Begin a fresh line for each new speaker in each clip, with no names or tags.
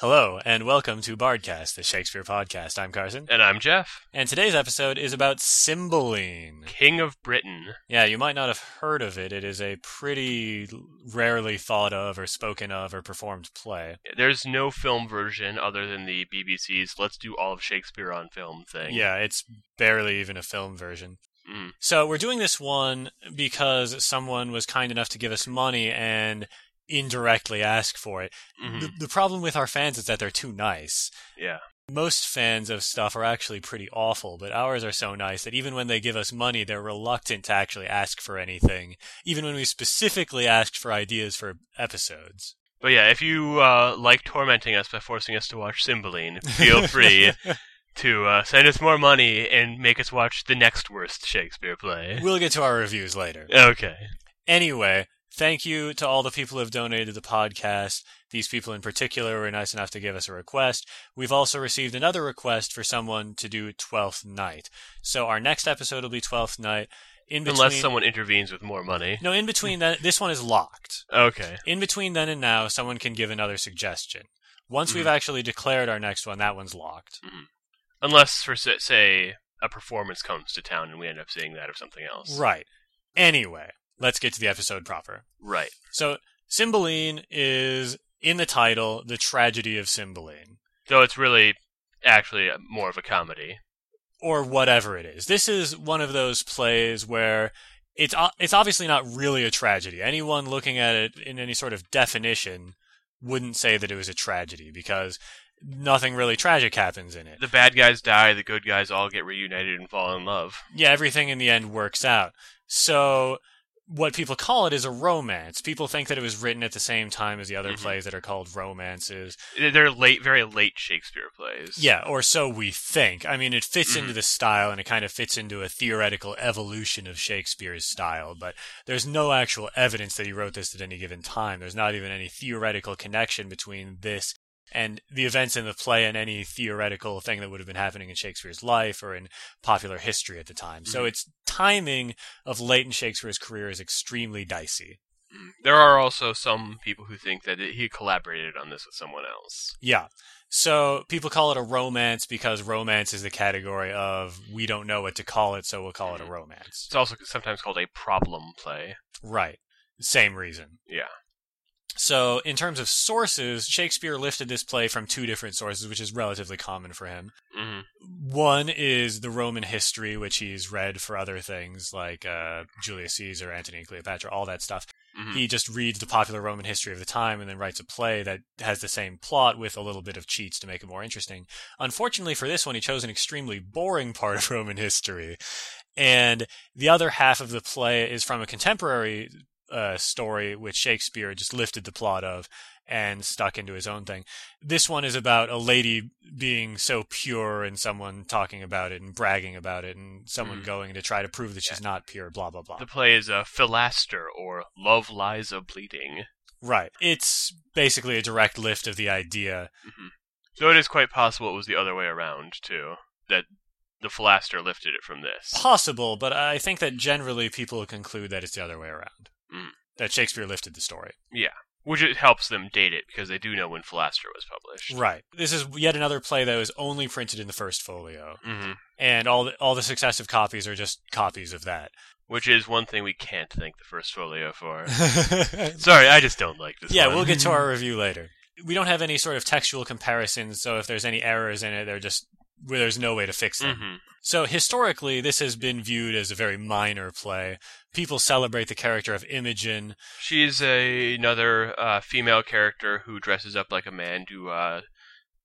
Hello, and welcome to Bardcast, the Shakespeare podcast. I'm Carson,
And I'm Jeff,
and today's episode is about cymbeline.
King of Britain.
Yeah, you might not have heard of it. It is a pretty rarely thought of, or spoken of, or performed play.
There's no film version other than the BBC's Let's Do All of Shakespeare on Film thing.
Yeah, it's barely even a film version.
Mm.
So we're doing this one because someone was kind enough to give us money and indirectly ask for it.
Mhm.
The, the problem with our fans is that they're too nice.
Yeah.
Most fans of stuff are actually pretty awful, but ours are so nice that even when they give us money, they're reluctant to actually ask for anything, even when we specifically asked for ideas for episodes.
But yeah, if you uh, like tormenting us by forcing us to watch Cymbeline, feel free to uh, send us more money and make us watch the next worst Shakespeare play.
We'll get to our reviews later.
Okay.
Anyway, thank you to all the people who have donated to the podcast. These people in particular were nice enough to give us a request. We've also received another request for someone to do Twelfth Night. So our next episode will be Twelfth Night. In between,
Unless someone intervenes with more money.
no, in between that, this one is locked.
Okay.
In between then and now, someone can give another suggestion. Once we've
Mhm.
actually declared our next one, that one's locked.
Unless, for s- say, a performance comes to town and we end up seeing that or something else.
Right. Anyway, let's get to the episode proper.
Right.
So, Cymbeline is in the title, the tragedy of Cymbeline.
Though it's really actually uh, more of a comedy.
or whatever it is. This is one of those plays where it's o- it's obviously not really a tragedy. Anyone looking at it in any sort of definition wouldn't say that it was a tragedy because nothing really tragic happens in it.
the bad guys die, the good guys all get reunited and fall in love.
Yeah, everything in the end works out. So what people call it is a romance. People think that it was written at the same time as the other
Mhm.
plays that are called romances.
They're late, very late Shakespeare plays.
Yeah, or so we think. I mean, it fits
Mhm.
into the style and it kind of fits into a theoretical evolution of Shakespeare's style, but there's no actual evidence that he wrote this at any given time. There's not even any theoretical connection between this and the events in the play and any theoretical thing that would have been happening in Shakespeare's life or in popular history at the time. So
Mhm.
its timing of late in Shakespeare's career is extremely dicey.
Mm. There are also some people who think that it, he collaborated on this with someone else.
Yeah. So people call it a romance because romance is the category of we don't know what to call it, so we'll call it a romance.
It's also sometimes called a problem play.
Right. Same reason.
Yeah.
So in terms of sources, Shakespeare lifted this play from two different sources, which is relatively common for him.
hmm
One is the Roman history, which he's read for other things like uh, Julius Caesar, Antony and Cleopatra, all that stuff.
hmm
He just reads the popular Roman history of the time and then writes a play that has the same plot with a little bit of cheats to make it more interesting. Unfortunately for this one, he chose an extremely boring part of Roman history. And the other half of the play is from a contemporary uh, story, which Shakespeare just lifted the plot of and stuck into his own thing. This one is about a lady being so pure and someone talking about it and bragging about it and someone
Mhm.
going to try to prove that she's not pure, blah, blah, blah.
The play is a Philaster or Love Lies a Bleeding.
Right. It's basically a direct lift of the idea.
Though it is quite possible it was the other way around, too. That the Philaster lifted it from this.
Possible, but I think that generally people conclude that it's the other way around.
Mm.
That Shakespeare lifted the story.
Which it helps them date it because they do know when Philaster was published.
Right. This is yet another play that was only printed in the first folio,
hmm
and all the, all the successive copies are just copies of that.
Which is one thing we can't thank the first folio for. Sorry, I just don't like this.
yeah,
one.
we'll get to our review later. We don't have any sort of textual comparisons, so if there's any errors in it, they're just where there's no way to fix them.
Mhm.
So historically, this has been viewed as a very minor play. People celebrate the character of Imogen.
She's a, another uh, female character who dresses up like a man to, uh,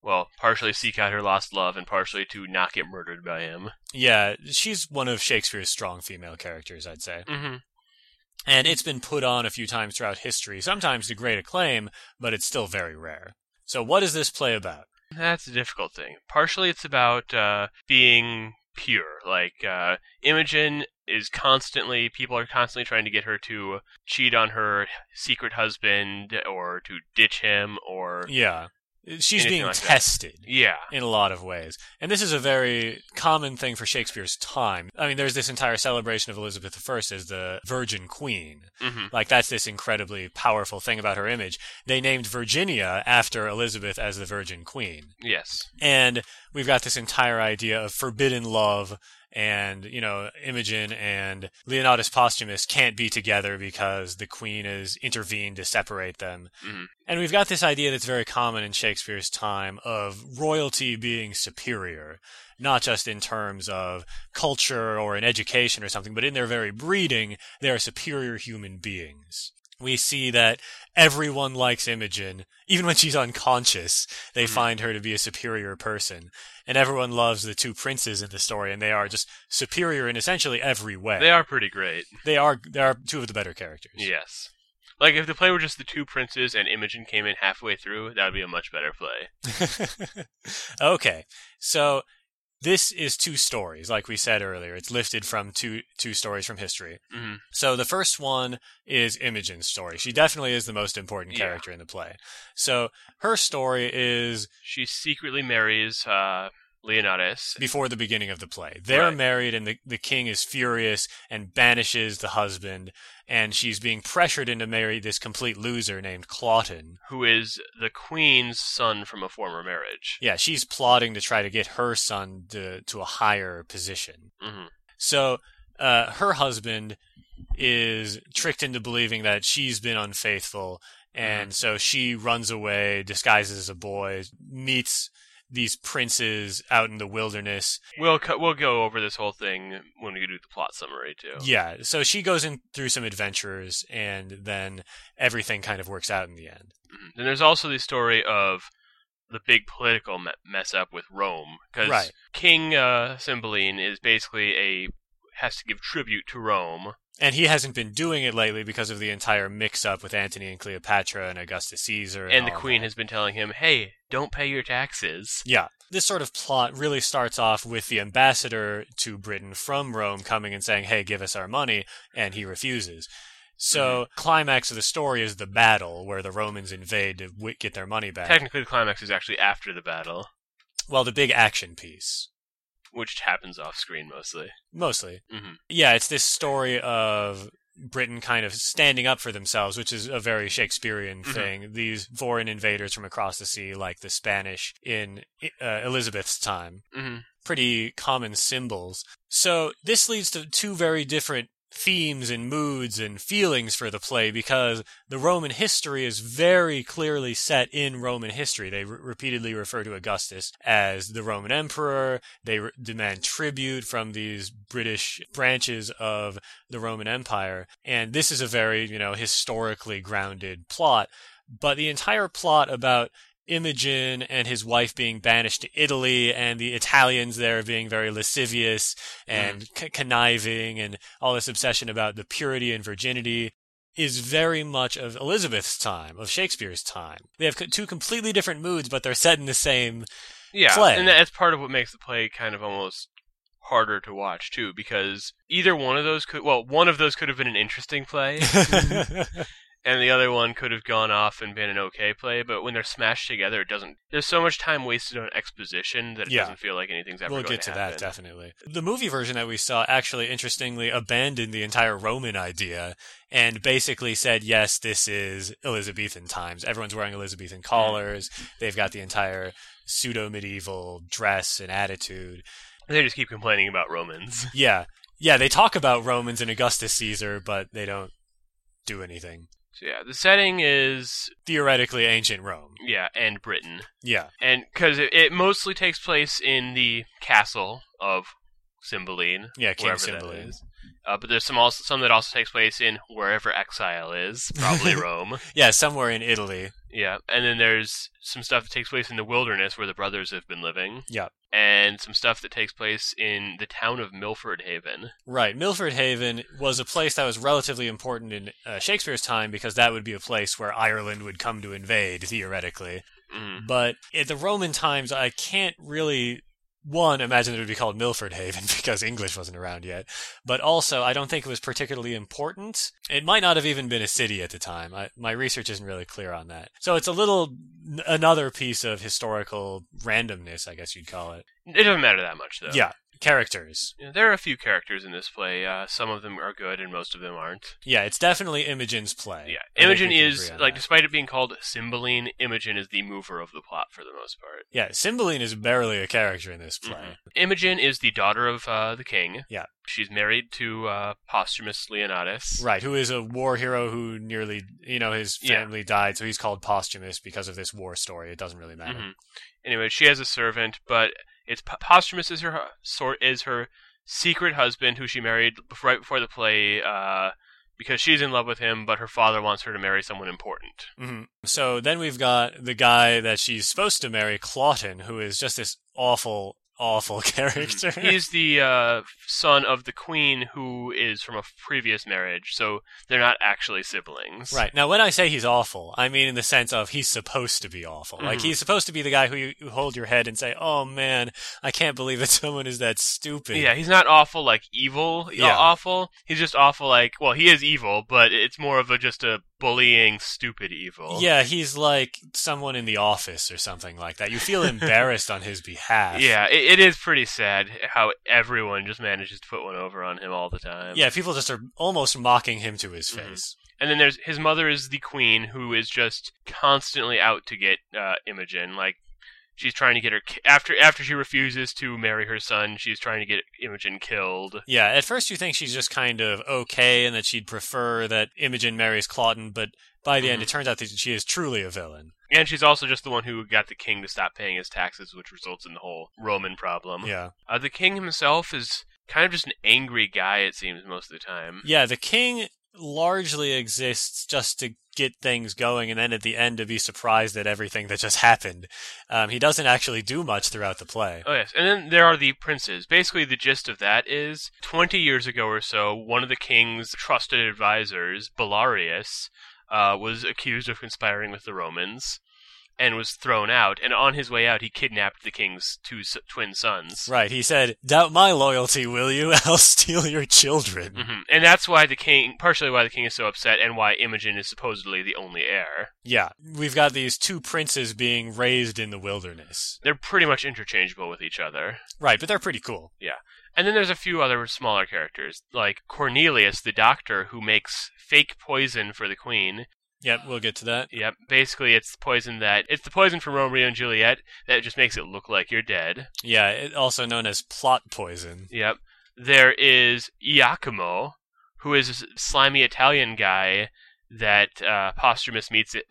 well, partially seek out her lost love and partially to not get murdered by him.
Yeah, she's one of Shakespeare's strong female characters, I'd say.
Mm-hmm.
And it's been put on a few times throughout history, sometimes to great acclaim, but it's still very rare. So, what is this play about?
That's a difficult thing. Partially, it's about uh, being pure. Like uh, Imogen is constantly people are constantly trying to get her to cheat on her secret husband or to ditch him or
Yeah, she's
Anything
being
like that.
tested
Yeah.
in a lot of ways. And this is a very common thing for Shakespeare's time. I mean, there's this entire celebration of Elizabeth I as the Virgin Queen.
hmm
Like, that's this incredibly powerful thing about her image. They named Virginia after Elizabeth as the Virgin Queen.
Yes.
And we've got this entire idea of forbidden love and, you know, Imogen and Leonatus Posthumus can't be together because the queen has intervened to separate them.
Mhm.
And we've got this idea that's very common in Shakespeare's time of royalty being superior, not just in terms of culture or in education or something, but in their very breeding, they are superior human beings. We see that everyone likes Imogen, even when she's unconscious, they
Mhm.
find her to be a superior person. And everyone loves the two princes in the story, and they are just superior in essentially every way.
They are pretty great.
They are, they are two of the better characters.
Yes. Like if the play were just the two princes and Imogen came in halfway through, that would be a much better play.
okay, so this is two stories, like we said earlier. It's lifted from two two stories from history.
hmm
So the first one is Imogen's story. She definitely is the most important
Yeah.
character in the play. So her story is
She secretly marries uh, Leonatus.
before the beginning of the play. They're
Right.
married, and the, the king is furious and banishes the husband, and she's being pressured into marry this complete loser named Clawton.
who is the queen's son from a former marriage.
Yeah, she's plotting to try to get her son to, to a higher position.
hmm
So uh, her husband is tricked into believing that she's been unfaithful,
Mm-hmm.
and so she runs away, disguises as a boy, meets these princes out in the wilderness,
We'll co- we'll go over this whole thing when we do the plot summary too.
Yeah, so she goes in through some adventures, and then everything kind of works out in the end.
Mhm. And there's also the story of the big political me- mess up with Rome because
Right.
King uh, Cymbeline is basically a has to give tribute to Rome.
And he hasn't been doing it lately because of the entire mix-up with Antony and Cleopatra and Augustus Caesar, and,
and the
all
queen
that.
has been telling him, "Hey, don't pay your taxes."
Yeah, this sort of plot really starts off with the ambassador to Britain from Rome coming and saying, "Hey, give us our money," and he refuses. So, climax of the story is the battle where the Romans invade to w- get their money back.
Technically, the climax is actually after the battle,
well, the big action piece.
which happens off screen mostly.
Mostly.
Mhm.
Yeah, it's this story of Britain kind of standing up for themselves, which is a very Shakespearean
Mhm.
thing. These foreign invaders from across the sea, like the Spanish in uh, Elizabeth's time,
hmm
pretty common symbols. So this leads to two very different themes and moods and feelings for the play because the Roman history is very clearly set in Roman history. They re- repeatedly refer to Augustus as the Roman emperor. They re- demand tribute from these British branches of the Roman Empire. And this is a very, you know, historically grounded plot. But the entire plot about Imogen and his wife being banished to Italy, and the Italians there being very lascivious and c- conniving, and all this obsession about the purity and virginity is very much of Elizabeth's time, of Shakespeare's time. They have co- two completely different moods, but they're set in the same.
Yeah,
play.
and that's part of what makes the play kind of almost harder to watch too, because either one of those could well, one of those could have been an interesting play,
Mm-hmm.
and the other one could have gone off and been an okay play. But when they're smashed together, it doesn't. There's so much time wasted on exposition that it
Yeah.
doesn't feel like anything's ever
we'll
going
get to
happen.
that definitely. The movie version that we saw actually interestingly abandoned the entire Roman idea and basically said, yes, this is Elizabethan times. Everyone's wearing Elizabethan
Hmm.
collars. They've got the entire pseudo medieval dress and attitude.
They just keep complaining about Romans.
Yeah. Yeah, they talk about Romans and Augustus Caesar, but they don't do anything.
So yeah, the setting is
Theoretically, ancient Rome.
yeah, and Britain,
Yeah.
and because it, it mostly takes place in the castle of Cymbeline,
Yeah, King
wherever that
Cymbeline.
is. Uh, but there's some also some that also takes place in wherever exile is, probably Rome.
Yeah, somewhere in Italy.
Yeah, and then there's some stuff that takes place in the wilderness where the brothers have been living.
Yeah.
and some stuff that takes place in the town of Milford Haven.
Right. Milford Haven was a place that was relatively important in uh, Shakespeare's time because that would be a place where Ireland would come to invade, theoretically.
Mm.
But at the Roman times, I can't really one, imagine it would be called Milford Haven because English wasn't around yet. But also, I don't think it was particularly important. It might not have even been a city at the time. I, my research isn't really clear on that. So it's a little n- another piece of historical randomness, I guess you'd call it.
It doesn't matter that much though.
Yeah, characters.
You know, there are a few characters in this play. Uh, some of them are good, and most of them aren't.
Yeah, it's definitely Imogen's play.
Yeah,
I think
Imogen
we can agree
is
on
like,
that.
despite it being called Cymbeline, Imogen is the mover of the plot for the most part.
yeah, Cymbeline is barely a character in this play.
Mhm. Imogen is the daughter of uh, the king.
Yeah.
she's married to uh, posthumous Leonatus.
Right, who is a war hero who nearly, you know, his
Yeah.
family died, so he's called posthumous because of this war story. It doesn't really matter.
Mhm. Anyway, she has a servant, but it's po- posthumous is her hu- sort is her secret husband who she married bef- right before the play uh, because she's in love with him, but her father wants her to marry someone important.
hmm So then we've got the guy that she's supposed to marry, Clawton, who is just this awful, awful character.
He's the uh, son of the queen who is from a previous marriage, so they're not actually siblings.
Right. Now, when I say he's awful, I mean in the sense of he's supposed to be awful. Like,
Mhm.
he's supposed to be the guy who you who hold your head and say, oh man, I can't believe that someone is that stupid.
Yeah, he's not awful like evil.
Yeah.
Yeah. Awful. He's just awful like well, he is evil, but it's more of a just a bullying, stupid evil.
Yeah, he's like someone in the office or something like that. You feel embarrassed on his behalf.
Yeah, it, it is pretty sad how everyone just manages to put one over on him all the time.
Yeah, people just are almost mocking him to his
Mhm.
face.
And then there's his mother is the queen who is just constantly out to get uh, Imogen. Like she's trying to get her ki- after after she refuses to marry her son, she's trying to get Imogen killed.
Yeah, at first you think she's just kind of okay and that she'd prefer that Imogen marries Clawton, but by the end
Mhm.
it turns out that she is truly a villain.
And she's also just the one who got the king to stop paying his taxes, which results in the whole Roman problem.
Yeah.
Uh, the king himself is kind of just an angry guy, it seems, most of the time.
Yeah, the king largely exists just to get things going and then at the end to be surprised at everything that just happened. Um, he doesn't actually do much throughout the play.
Oh, yes. And then there are the princes. Basically, the gist of that is 20 years ago or so, one of the king's trusted advisors, Belarius, uh, was accused of conspiring with the Romans and was thrown out. And on his way out, he kidnapped the king's two s- twin sons.
Right, he said, Doubt my loyalty, will you? I'll steal your children.
hmm And that's why the king, partially why the king is so upset, and why Imogen is supposedly the only heir.
Yeah, we've got these two princes being raised in the wilderness.
They're pretty much interchangeable with each other.
Right, but they're pretty cool.
And then there's a few other smaller characters, like Cornelius, the doctor who makes fake poison for the queen.
Yep, we'll get to that.
Yep, basically it's the poison that it's the poison from Romeo and Juliet that just makes it look like you're dead.
Yeah, it, also known as plot poison.
Yep. There is Iacomo, who is this slimy Italian guy that uh, Posthumus meets, uh,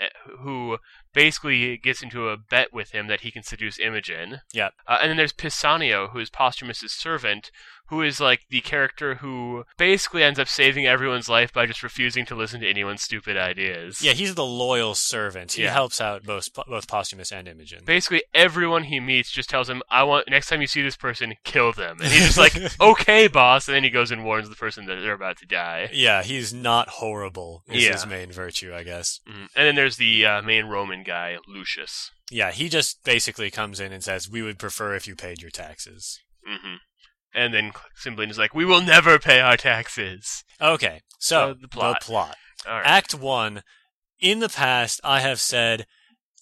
who basically gets into a bet with him that he can seduce Imogen.
Yep.
Uh, and then there's Pisanio, who is Posthumus's servant, who is like the character who basically ends up saving everyone's life by just refusing to listen to anyone's stupid ideas.
Yeah, he's the loyal servant. He
Yeah.
helps out both both Posthumus and Imogen.
Basically, everyone he meets just tells him, "I want next time you see this person, kill them." And he's just like, "Okay, boss." And then he goes and warns the person that they're about to die.
yeah, he's not horrible. Is his
Yeah.
main virtue, I guess.
Mm. And then there's the uh, main Roman guy, Lucius.
Yeah, he just basically comes in and says, "We would prefer if you paid your taxes."
hmm And then Cymbeline is like, "We will never pay our taxes."
Okay, so
So the plot.
The plot.
All right.
Act one. In the past, I have said,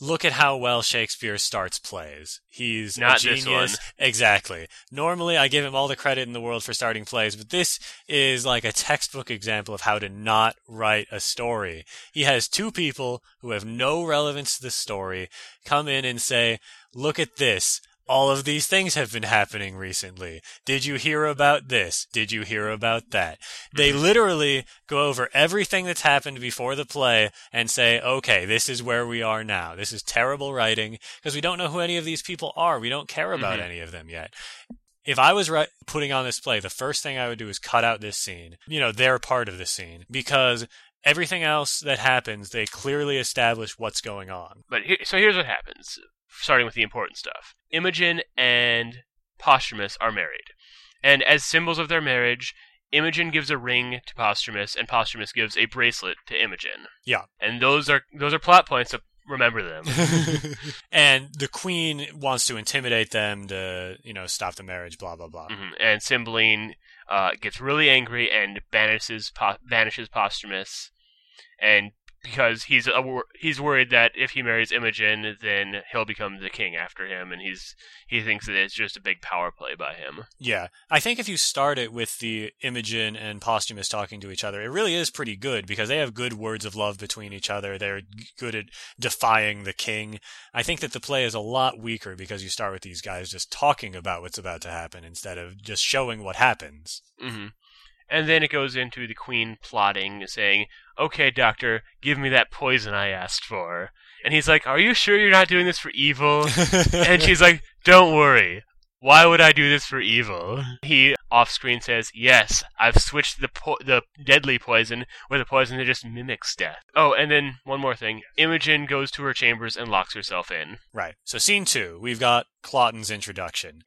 look at how well Shakespeare starts plays. He's
Not
a
this
genius. Exactly. Normally, I give him all the credit in the world for starting plays, but this is like a textbook example of how to not write a story. He has two people who have no relevance to the story come in and say, look at this. All of these things have been happening recently. Did you hear about this? Did you hear about that? They literally go over everything that's happened before the play and say, okay, this is where we are now. This is terrible writing because we don't know who any of these people are. We don't care about
Mhm.
any of them yet. If I was ri- putting on this play, the first thing I would do is cut out this scene, you know, their part of the scene, because everything else that happens, they clearly establish what's going on.
But here, so here's what happens, starting with the important stuff. Imogen and Posthumus are married, and as symbols of their marriage, Imogen gives a ring to Posthumus, and Posthumus gives a bracelet to Imogen.
Yeah.
And those are those are plot points that remember them.
and the queen wants to intimidate them to, you know, stop the marriage, blah, blah, blah.
hmm And Cymbeline uh, gets really angry and banishes po- banishes Posthumus, and because he's a, wor- he's worried that if he marries Imogen, then he'll become the king after him, and he's he thinks that it's just a big power play by him.
Yeah. I think if you start it with the Imogen and Posthumus talking to each other, it really is pretty good because they have good words of love between each other. They're g- good at defying the king. I think that the play is a lot weaker because you start with these guys just talking about what's about to happen instead of just showing what happens.
hmm And then it goes into the queen plotting, saying, "Okay, doctor, give me that poison I asked for." And he's like, "Are you sure you're not doing this for evil?" and she's like, "Don't worry. Why would I do this for evil?" He off screen says, "Yes, I've switched the po- the deadly poison with a poison that just mimics death." Oh, and then one more thing: Imogen goes to her chambers and locks herself in.
Right. So scene two, we've got Clawton's introduction.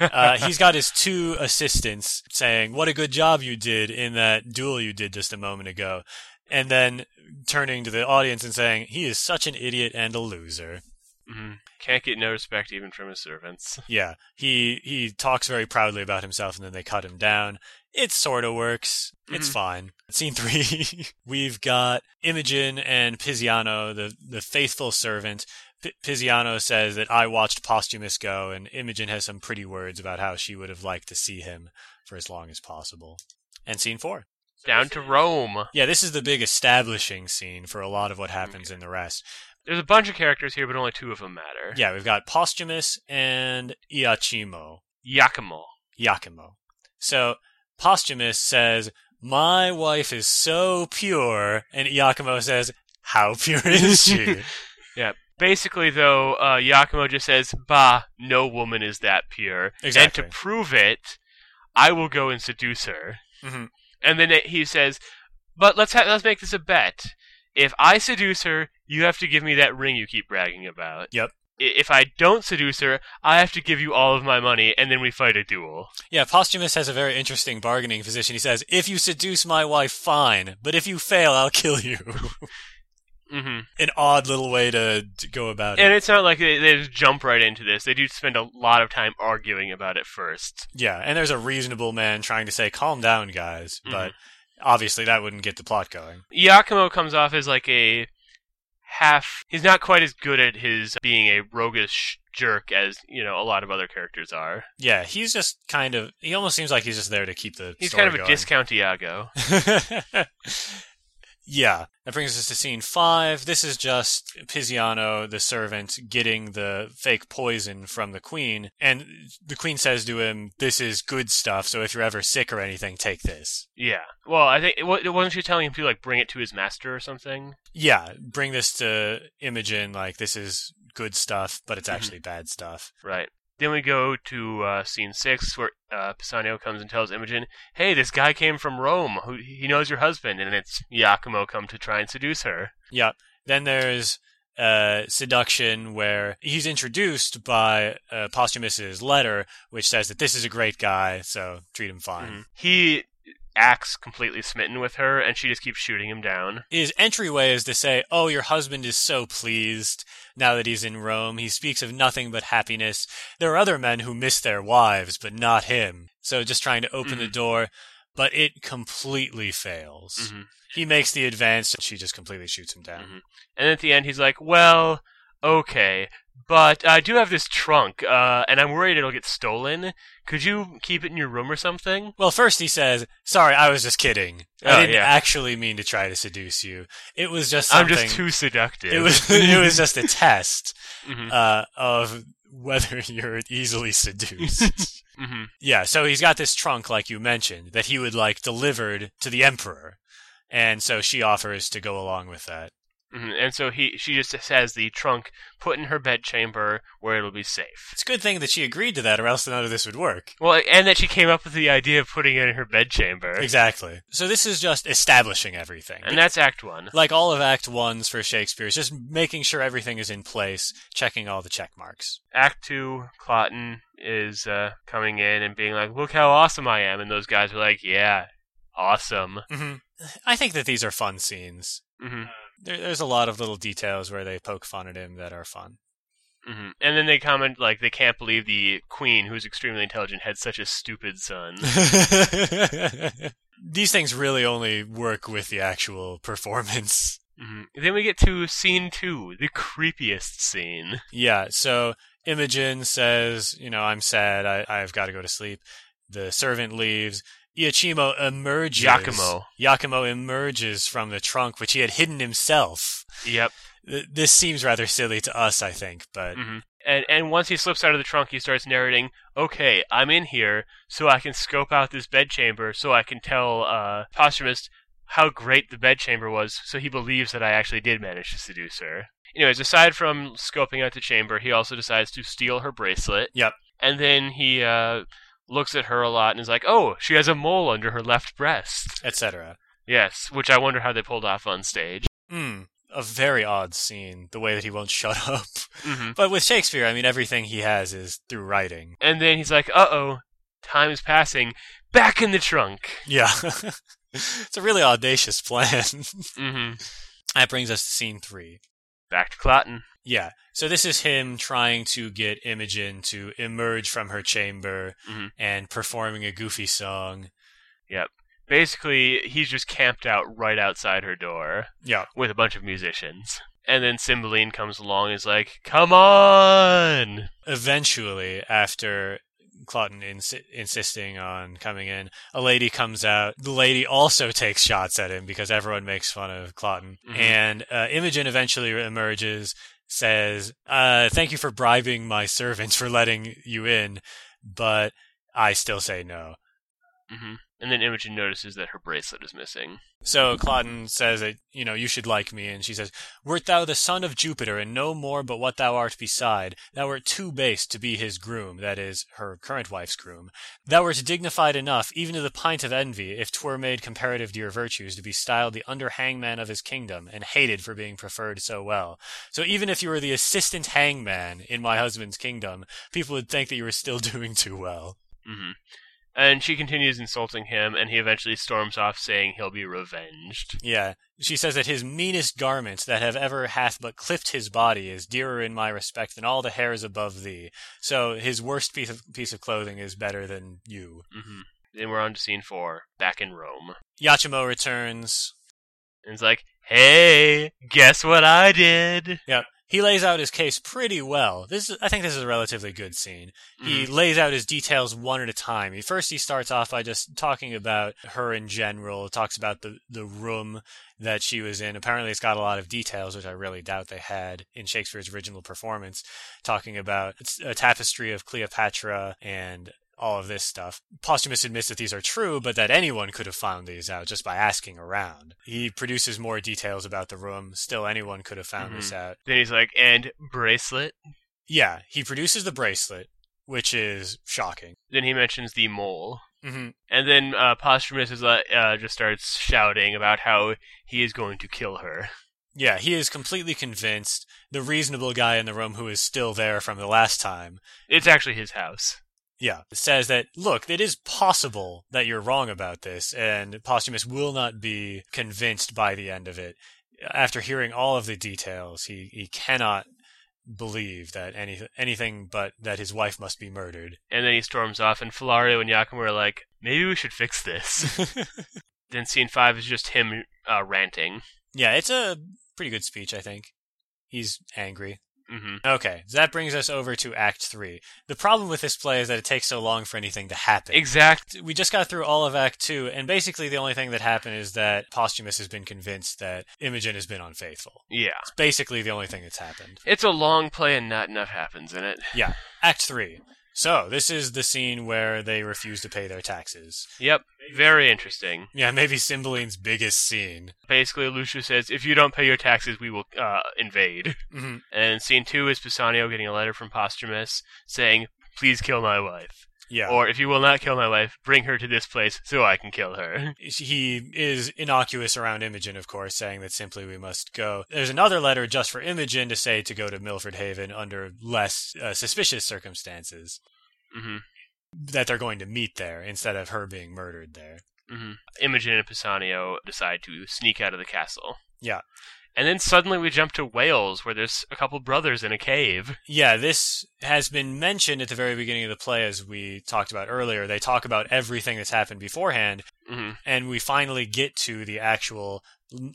Uh, he's got his two assistants saying, "What a good job you did in that duel you did just a moment ago," and then turning to the audience and saying, "He is such an idiot and a loser."
Mhm. Can't get no respect even from his servants.
Yeah. He he talks very proudly about himself, and then they cut him down. It sort of works. It's
Mhm.
fine. Scene three, we've got Imogen and Pisiano, the the faithful servant. P- Pisiano says that I watched Posthumus go, and Imogen has some pretty words about how she would have liked to see him for as long as possible. And scene four.
Down to Rome.
Yeah, this is the big establishing scene for a lot of what happens in the rest.
There's a bunch of characters here, but only two of them matter.
Yeah, we've got Posthumus and Iachimo.
Yakimo.
Yakimo. So Posthumus says, My wife is so pure, and Yakimo says, How pure is she?
Basically, though, uh, Yakimo just says, "Bah, no woman is that pure."
Exactly.
And to prove it, I will go and seduce her.
Mhm.
And then it- he says, "But let's ha- let's make this a bet. If I seduce her, you have to give me that ring you keep bragging about."
Yep.
I- If I don't seduce her, I have to give you all of my money, and then we fight a duel.
yeah, Posthumus has a very interesting bargaining position. He says, If you seduce my wife, fine, but if you fail, I'll kill you.
Mm-hmm.
An odd little way to, to go about it.
And it's not like they, they just jump right into this. They do spend a lot of time arguing about it first.
Yeah, and there's a reasonable man trying to say, Calm down, guys,
Mhm.
but obviously that wouldn't get the plot going.
Yakimo comes off as like a half. He's not quite as good at his being a roguish jerk as you know a lot of other characters are.
Yeah, he's just kind of. He almost seems like he's just there to keep the.
He's
story
kind of a
going.
discount Iago.
yeah, that brings us to scene five. This is just Pisiano, the servant, getting the fake poison from the queen, and the queen says to him, "This is good stuff. So if you're ever sick or anything, take this."
Yeah. Well, I think wa- wasn't she telling him to like bring it to his master or something?
Yeah, bring this to Imogen. Like this is good stuff, but it's
Mhm.
actually bad stuff.
Right. Then we go to uh, scene six where uh, Pisanio comes and tells Imogen, "Hey, this guy came from Rome. Who he knows your husband, and it's Yakimo come to try and seduce her."
Yeah. Then there's uh, seduction, where he's introduced by uh, Posthumus's letter, which says that this is a great guy, so treat him fine.
Mhm. He acts completely smitten with her, and she just keeps shooting him down.
his entryway is to say, "Oh, your husband is so pleased now that he's in Rome. He speaks of nothing but happiness. There are other men who miss their wives, but not him." So just trying to open the
Mhm.
door, but it completely fails.
Mhm.
He makes the advance, and she just completely shoots him down.
Mhm. And at the end, he's like, "Well, okay, but I do have this trunk, uh, and I'm worried it'll get stolen. Could you keep it in your room or something?"
Well, first he says, "Sorry, I was just kidding. I
Oh,
didn't
yeah.
actually mean to try to seduce you. It was just something.
I'm just too seductive.
it was it was just a test
Mhm,
uh, of whether you're easily seduced."
mhm.
Yeah, so he's got this trunk, like you mentioned, that he would like delivered to the emperor, and so she offers to go along with that.
Mhm. And so he, she just has the trunk put in her bedchamber where it'll be safe.
It's a good thing that she agreed to that, or else none of this would work.
Well, and that she came up with the idea of putting it in her bedchamber,
Exactly. So this is just establishing everything.
and that's Act One.
like all of Act One's for Shakespeare, it's just making sure everything is in place, checking all the check marks.
Act Two, Clotton is uh, coming in and being like, "Look how awesome I am," and those guys are like, "Yeah, awesome."
hmm I think that these are fun scenes.
hmm
there, there's a lot of little details where they poke fun at him that are fun.
hmm And then they comment like they can't believe the queen, who's extremely intelligent, had such a stupid son.
These things really only work with the actual performance.
hmm Then we get to scene two, the creepiest scene.
Yeah, so Imogen says, you know, I'm sad, I, I've got to go to sleep. The servant leaves. Iachimo emerges.
Giacomo.
Giacomo emerges from the trunk, which he had hidden himself.
Yep.
Th- This seems rather silly to us, I think, but
hmm And and once he slips out of the trunk, he starts narrating. Okay, I'm in here, so I can scope out this bedchamber, so I can tell uh, Posthumus how great the bedchamber was, so he believes that I actually did manage to seduce her. Anyways, aside from scoping out the chamber, he also decides to steal her bracelet.
Yep.
And then he uh, looks at her a lot and is like, "Oh, she has a mole under her left breast."
etc.
Yes, which I wonder how they pulled off on stage.
Mm, a very odd scene, the way that he won't shut up.
hmm
But with Shakespeare, I mean, everything he has is through writing.
And then he's like, "Uh oh, time is passing. Back in the trunk."
Yeah. it's a really audacious plan.
hmm
that brings us to scene three.
back to Clotten.
Yeah. So this is him trying to get Imogen to emerge from her chamber
Mhm.
and performing a goofy song.
Basically, he's just camped out right outside her door
Yeah.
with a bunch of musicians. And then Cymbeline comes along and is like, Come on!
Eventually, after Cloten ins- insisting on coming in, a lady comes out. The lady also takes shots at him because everyone makes fun of Cloten.
Mhm.
And uh, Imogen eventually emerges, says, uh, Thank you for bribing my servants for letting you in, but I still say no.
hmm And then Imogen notices that her bracelet is missing.
So Claudan says that, you know, you should like me, and she says, Wert thou the son of Jupiter, and no more but what thou art beside, thou wert too base to be his groom, that is, her current wife's groom. Thou wert dignified enough, even to the pint of envy, if 'twere made comparative to your virtues, to be styled the under hangman of his kingdom, and hated for being preferred so well. So even if you were the assistant hangman in my husband's kingdom, people would think that you were still doing too well.
hmm And she continues insulting him, and he eventually storms off saying he'll be revenged.
Yeah. She says that his meanest garments that have ever hath but clipped his body is dearer in my respect than all the hairs above thee. So his worst piece of, piece of clothing is better than you.
hmm Then we're on to scene four, back in Rome.
Yachimo returns.
And it's like, Hey, guess what I did?
Yeah. He lays out his case pretty well. This is, I think this is a relatively good scene. He lays out his details one at a time. He, first, he starts off by just talking about her in general, talks about the, the room that she was in. Apparently, it's got a lot of details, which I really doubt they had in Shakespeare's original performance, talking about a tapestry of Cleopatra and all of this stuff. Posthumus admits that these are true, but that anyone could have found these out just by asking around. He produces more details about the room. Still, anyone could have found this out.
Then he's like, And bracelet?
Yeah, he produces the bracelet, which is shocking.
Then he mentions the mole.
hmm
And then uh, Posthumus is, uh, uh, just starts shouting about how he is going to kill her.
Yeah, he is completely convinced. The reasonable guy in the room who is still there from the last time,
It's actually his house.
yeah, says that, look, it is possible that you're wrong about this, and Posthumus will not be convinced by the end of it. After hearing all of the details, he, he cannot believe that any, anything but that his wife must be murdered.
And then he storms off, and Filario and Giacomo are like, maybe we should fix this. then scene five is just him uh, ranting.
yeah, it's a pretty good speech, I think. He's angry.
hmm
Okay, so that brings us over to Act 3. The problem with this play is that it takes so long for anything to happen.
Exact.
we just got through all of Act 2, and basically the only thing that happened is that Posthumus has been convinced that Imogen has been unfaithful.
Yeah.
It's basically the only thing that's happened.
It's a long play, and not enough happens in it.
Act 3. So, this is the scene where they refuse to pay their taxes.
Yep. Very interesting.
Yeah, maybe Cymbeline's biggest scene.
Basically, Lucius says, if you don't pay your taxes, we will uh, invade.
hmm
And scene two is Pisanio getting a letter from Posthumus saying, please kill my wife.
Yeah.
Or if you will not kill my wife, bring her to this place so I can kill her.
he is innocuous around Imogen, of course, saying that simply we must go. There's another letter just for Imogen to say to go to Milford Haven under less uh, suspicious circumstances, Mm-hmm.
hmm
that they're going to meet there instead of her being murdered there.
hmm Imogen and Pisanio decide to sneak out of the castle.
Yeah.
And then suddenly we jump to Wales, where there's a couple brothers in a cave.
Yeah, this has been mentioned at the very beginning of the play, as we talked about earlier. They talk about everything that's happened beforehand,
hmm
and we finally get to the actual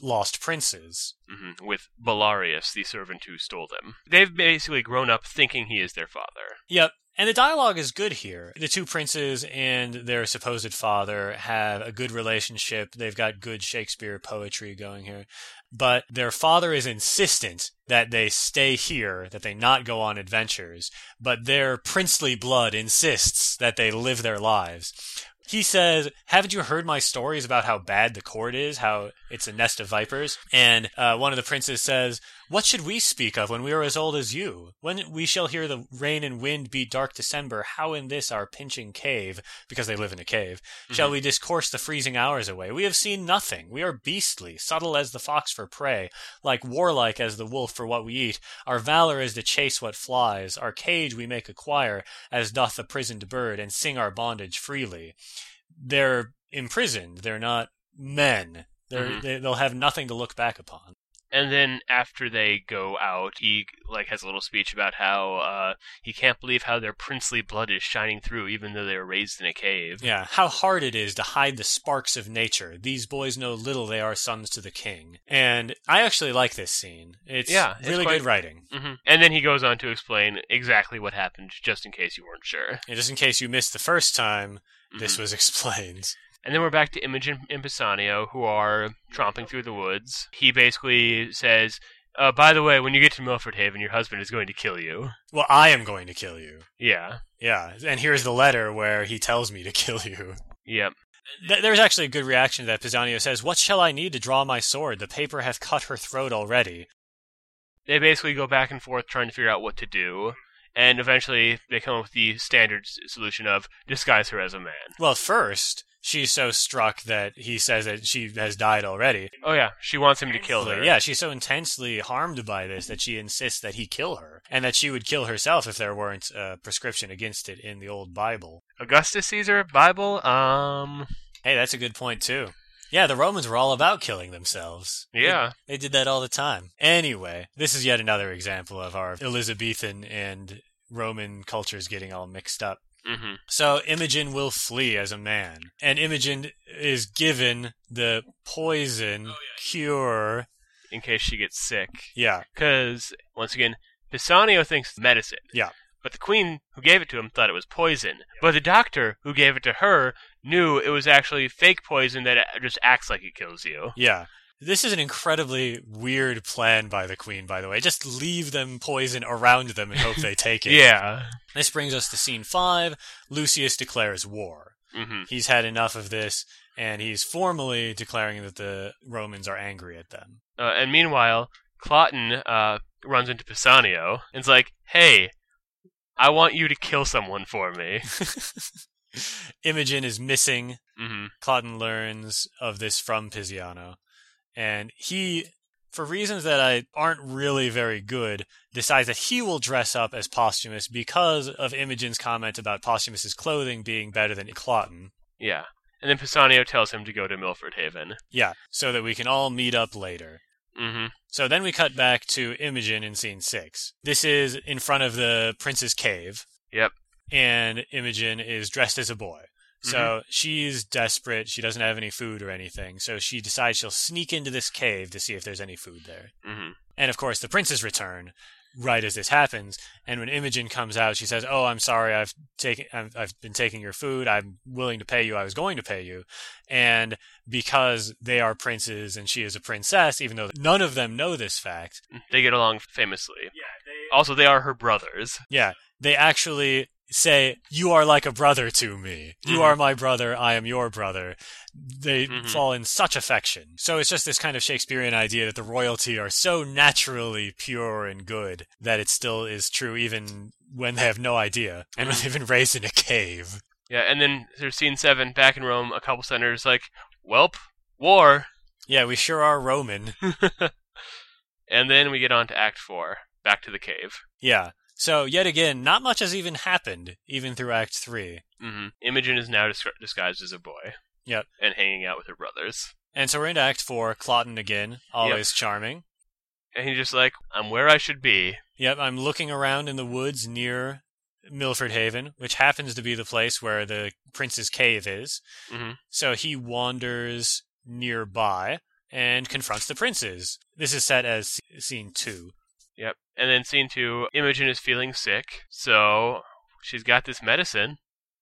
Lost Princes.
hmm With Belarius, the servant who stole them. They've basically grown up thinking he is their father.
Yep. And the dialogue is good here. The two princes and their supposed father have a good relationship. They've got good Shakespeare poetry going here. But their father is insistent that they stay here, that they not go on adventures. But their princely blood insists that they live their lives. He says, Haven't you heard my stories about how bad the court is, how it's a nest of vipers? And uh, one of the princes says, what should we speak of when we are as old as you? When we shall hear the rain and wind beat dark December, how in this our pinching cave, because they live in a cave, shall we discourse the freezing hours away? We have seen nothing. We are beastly, subtle as the fox for prey, like warlike as the wolf for what we eat. Our valor is to chase what flies. Our cage we make acquire, as doth the prisoned bird, and sing our bondage freely. They're imprisoned. They're not men. They're,
Mhm.
they, they'll have nothing to look back upon.
And then after they go out, he like has a little speech about how uh, he can't believe how their princely blood is shining through, even though they were raised in a cave.
Yeah, how hard it is to hide the sparks of nature. These boys know little they are sons to the king. And I actually like this scene. It's
Yeah, it's
really
quite-
good writing.
hmm And then he goes on to explain exactly what happened, just in case you weren't sure.
And just in case you missed the first time,
Mhm.
this was explained.
And then we're back to Imogen and Pisanio, who are tromping through the woods. He basically says, uh, "By the way, when you get to Milford Haven, your husband is going to kill you."
Well, I am going to kill you.
Yeah.
Yeah, and here's the letter where he tells me to kill you.
Yep.
Th- there's actually a good reaction to that. Pisanio says, What shall I need to draw my sword? The paper hath cut her throat already.
They basically go back and forth trying to figure out what to do, and eventually they come up with the standard s- solution of disguise her as a man.
Well, first, she's so struck that he says that she has died already.
Oh yeah, she wants him to kill her.
Yeah, she's so intensely harmed by this that she insists that he kill her, and that she would kill herself if there weren't a prescription against it in the old Bible.
Augustus Caesar, Bible. Um.
Hey, that's a good point, too. Yeah, the Romans were all about killing themselves.
Yeah.
They, they did that all the time. Anyway, this is yet another example of our Elizabethan and Roman cultures getting all mixed up.
hmm
So Imogen will flee as a man, and Imogen is given the poison cure.
In case she gets sick.
Yeah,
Because, once again, Pisanio thinks it's medicine.
Yeah.
But the queen who gave it to him thought it was poison. But the doctor who gave it to her knew it was actually fake poison that a- just acts like it kills you.
Yeah. This is an incredibly weird plan by the queen, by the way. Just leave them poison around them and hope they take it.
Yeah.
This brings us to scene five. Lucius declares war.
hmm
He's had enough of this, and he's formally declaring that the Romans are angry at them.
Uh, and meanwhile, Cloten uh, runs into Pisanio and's like, hey, I want you to kill someone for me.
Imogen is missing.
hmm
Cloten learns of this from Pisiano, and he, for reasons that I aren't really very good, decides that he will dress up as Posthumus because of Imogen's comment about Posthumus's clothing being better than Cloten.
Yeah. And then Pisanio tells him to go to Milford Haven.
Yeah, so that we can all meet up later.
hmm
So then we cut back to Imogen in scene six. This is in front of the prince's cave.
Yep.
And Imogen is dressed as a boy. So she's desperate. She doesn't have any food or anything. So she decides she'll sneak into this cave to see if there's any food there.
hmm
And of course, the princes return right as this happens. And when Imogen comes out, she says, "Oh, I'm sorry. I've taken. I've, I've been taking your food. I'm willing to pay you. I was going to pay you." And because they are princes and she is a princess, even though none of them know this fact,
They get along famously. Yeah, they... Also, they are her brothers.
Yeah, they actually say, "You are like a brother to me. You
Mhm.
are my brother. I am your brother." They
Mhm.
fall in such affection. So it's just this kind of Shakespearean idea that the royalty are so naturally pure and good that it still is true even when they have no idea and when they've been raised in a cave.
Yeah, and then there's scene seven back in Rome. A couple senators like, "Welp, war,"
Yeah, we sure are Roman.
and then we get on to Act Four, back to the cave.
yeah. So yet again, not much has even happened even through Act 3.
hmm Imogen is now dis- disguised as a boy.
Yep.
and hanging out with her brothers.
And so we're into Act 4, Cloten again, always charming.
and he's just like, I'm where I should be.
Yep, I'm looking around in the woods near Milford Haven, which happens to be the place where the prince's cave is.
Mhm.
So he wanders nearby and confronts the princes. This is set as scene two.
Yep. And then scene two, Imogen is feeling sick, so she's got this medicine.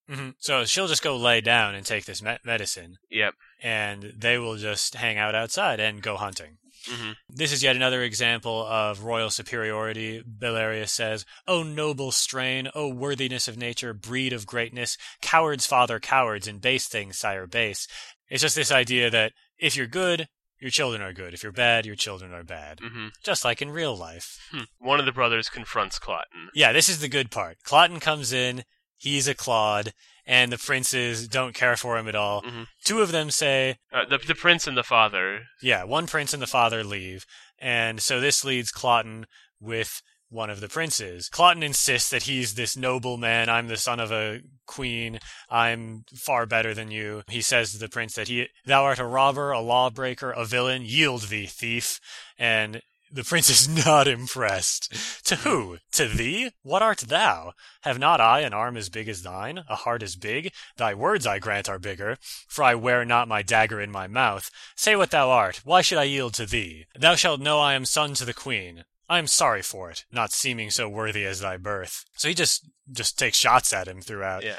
hmm So she'll just go lay down and take this me- medicine,
Yep.
and they will just hang out outside and go hunting.
hmm
This is yet another example of royal superiority. Belarius says, O noble strain, O worthiness of nature, breed of greatness, cowards father cowards, and base things sire base. It's just this idea that if you're good, your children are good. If you're bad, your children are bad.
hmm
Just like in real life.
Hmm. One of the brothers confronts Cloten.
Yeah, this is the good part. Cloten comes in, he's a Claude, and the princes don't care for him at all.
Mhm.
Two of them say,
Uh, the, the prince and the father.
Yeah, one prince and the father leave, and so this leads Cloten with one of the princes. Cloten insists that he's this noble man. I'm the son of a queen. I'm far better than you. He says to the prince that he, thou art a robber, a lawbreaker, a villain. Yield thee, thief. And the prince is not impressed. To who? To thee? What art thou? Have not I an arm as big as thine, a heart as big? Thy words, I grant, are bigger, for I wear not my dagger in my mouth. Say what thou art. Why should I yield to thee? Thou shalt know I am son to the queen. I am sorry for it, not seeming so worthy as thy birth. So he just just takes shots at him throughout.
Yeah.